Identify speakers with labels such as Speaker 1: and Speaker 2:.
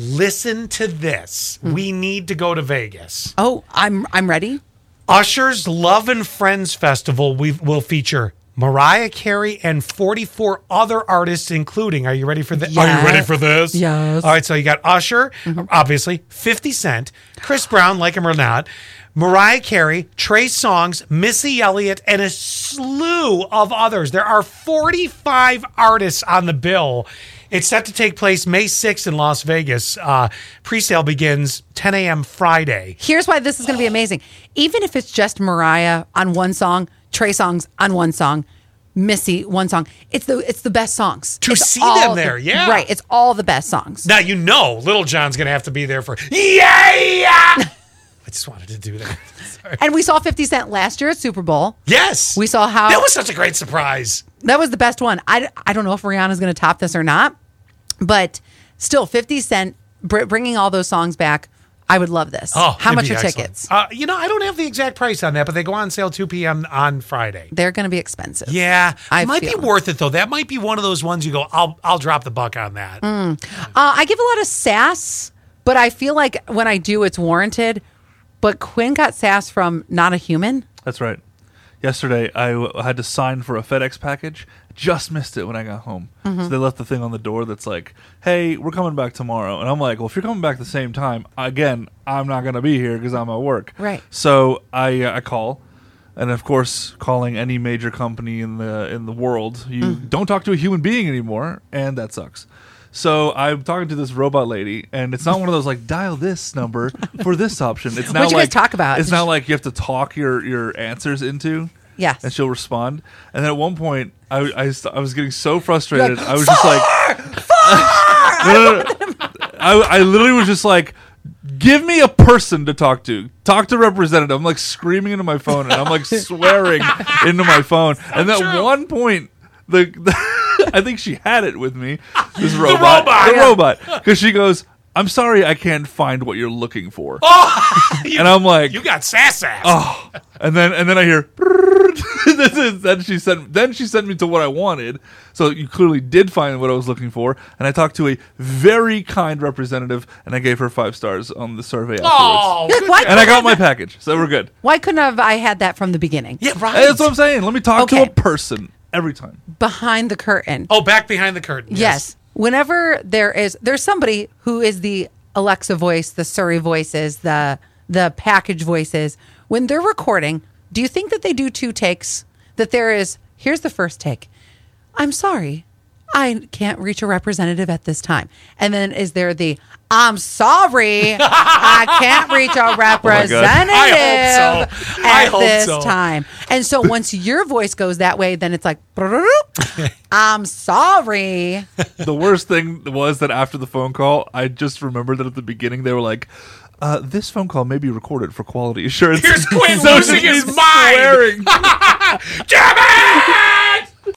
Speaker 1: Listen to this. We need to go to Vegas.
Speaker 2: Oh, I'm I'm ready.
Speaker 1: Usher's Love and Friends Festival we will feature Mariah Carey and 44 other artists, including. Are you ready for this? Are
Speaker 2: Yeah.
Speaker 1: you ready for this?
Speaker 2: Yes. Mm-hmm.
Speaker 1: All right, so you got Usher, obviously, 50 Cent, Chris Brown, like him or not, Mariah Carey, Trey Songs, Missy Elliott, and a slew of others. There are 45 artists on the bill. It's set to take place May 6th in Las Vegas. Uh, Pre sale begins 10 a.m. Friday.
Speaker 2: Here's why this is going to be amazing. Even if it's just Mariah on one song, Trey songs on one song, Missy one song, it's the it's the best songs.
Speaker 1: To
Speaker 2: It's
Speaker 1: see them
Speaker 2: all the-
Speaker 1: there, yeah.
Speaker 2: right. It's all the best songs.
Speaker 1: Now you know Little John's gonna have to be there for yeah. yeah. I just wanted to do that. Sorry.
Speaker 2: And we saw 50 Cent last year at Super Bowl.
Speaker 1: Yes,
Speaker 2: We saw how-
Speaker 1: that was such a great surprise.
Speaker 2: That was the best one. I, I don't know if Rihanna's going to top this or not, but still, 50 Cent br- bringing all those songs back. I would love this.
Speaker 1: Oh,
Speaker 2: How
Speaker 1: it'd
Speaker 2: much
Speaker 1: be
Speaker 2: are
Speaker 1: excellent.
Speaker 2: tickets?
Speaker 1: Uh, you know, I don't have the exact price on that, but they go on sale 2 p.m. on Friday.
Speaker 2: They're going to be expensive.
Speaker 1: Yeah,
Speaker 2: I
Speaker 1: it might be
Speaker 2: feel-
Speaker 1: worth it though. That might be one of those ones you go, I'll I'll drop the buck on that.
Speaker 2: Uh, I give a lot of sass, but I feel like when I do, it's warranted. But Quinn got sass from Not a Human.
Speaker 3: That's right. Yesterday, I w- had to sign for a FedEx package. Just missed it when I got home.
Speaker 2: Mm-hmm.
Speaker 3: So they left the thing on the door that's like, "Hey, we're coming back tomorrow." And I'm like, "Well, if you're coming back the same time, again, I'm not gonna be here because I'm at work."
Speaker 2: Right.
Speaker 3: So I uh, I call, and of course, calling any major company in the in the world, you
Speaker 2: Mm.
Speaker 3: don't talk to a human being anymore, and that sucks. So I'm talking to this robot lady, and it's not one of those like dial this number for this option. It's now
Speaker 2: What'd you guys
Speaker 3: like
Speaker 2: talk about?
Speaker 3: It's
Speaker 2: Did
Speaker 3: now
Speaker 2: you-
Speaker 3: like you have to talk your your answers into.
Speaker 2: Yes.
Speaker 3: And she'll respond. And then at one point, I I, st- I was getting so frustrated. I was just like, No, no, no. I I literally was just like. Give me a person to talk to. Talk to representative. I'm like screaming into my phone and I'm like swearing into my phone. and at one point, the, the I think she had it with me. This robot,
Speaker 1: robot.
Speaker 3: the
Speaker 1: Yeah.
Speaker 3: robot, because she goes, "I'm sorry, I can't find what you're looking for." and I'm like,
Speaker 1: You got sass ass.
Speaker 3: Oh, and then and then I hear. this is, then she sent. Then she sent me to what I wanted. So you clearly did find what I was looking for. And I talked to a very kind representative, and I gave her five stars on the survey afterwards.
Speaker 1: Oh,
Speaker 2: Like, why,
Speaker 3: And I got my package, so we're good.
Speaker 2: why couldn't have I had that from the beginning?
Speaker 1: yeah, right.
Speaker 3: That's what I'm saying. Let me talk to
Speaker 2: Okay.
Speaker 3: a person every time.
Speaker 2: Behind the curtain.
Speaker 1: oh, back behind the curtain.
Speaker 2: Yes. Whenever there is, there's somebody who is the Alexa voice, the Surrey voices, the the package voices. When they're recording, do you think that they do two takes? That there is here's the first take. I'm sorry, I can't reach a representative at this time. And then is there the I'm sorry, I can't reach a representative
Speaker 1: Oh I hope so. I
Speaker 2: at
Speaker 1: hope
Speaker 2: this
Speaker 1: so.
Speaker 2: time. And so once your voice goes that way, then it's like I'm sorry.
Speaker 3: the worst thing was that after the phone call, I just remembered that at the beginning they were like, uh, "This phone call may be recorded for quality assurance."
Speaker 1: Here's Quinn losing his
Speaker 3: she's
Speaker 1: mind.
Speaker 3: swearing.
Speaker 1: Jimmy!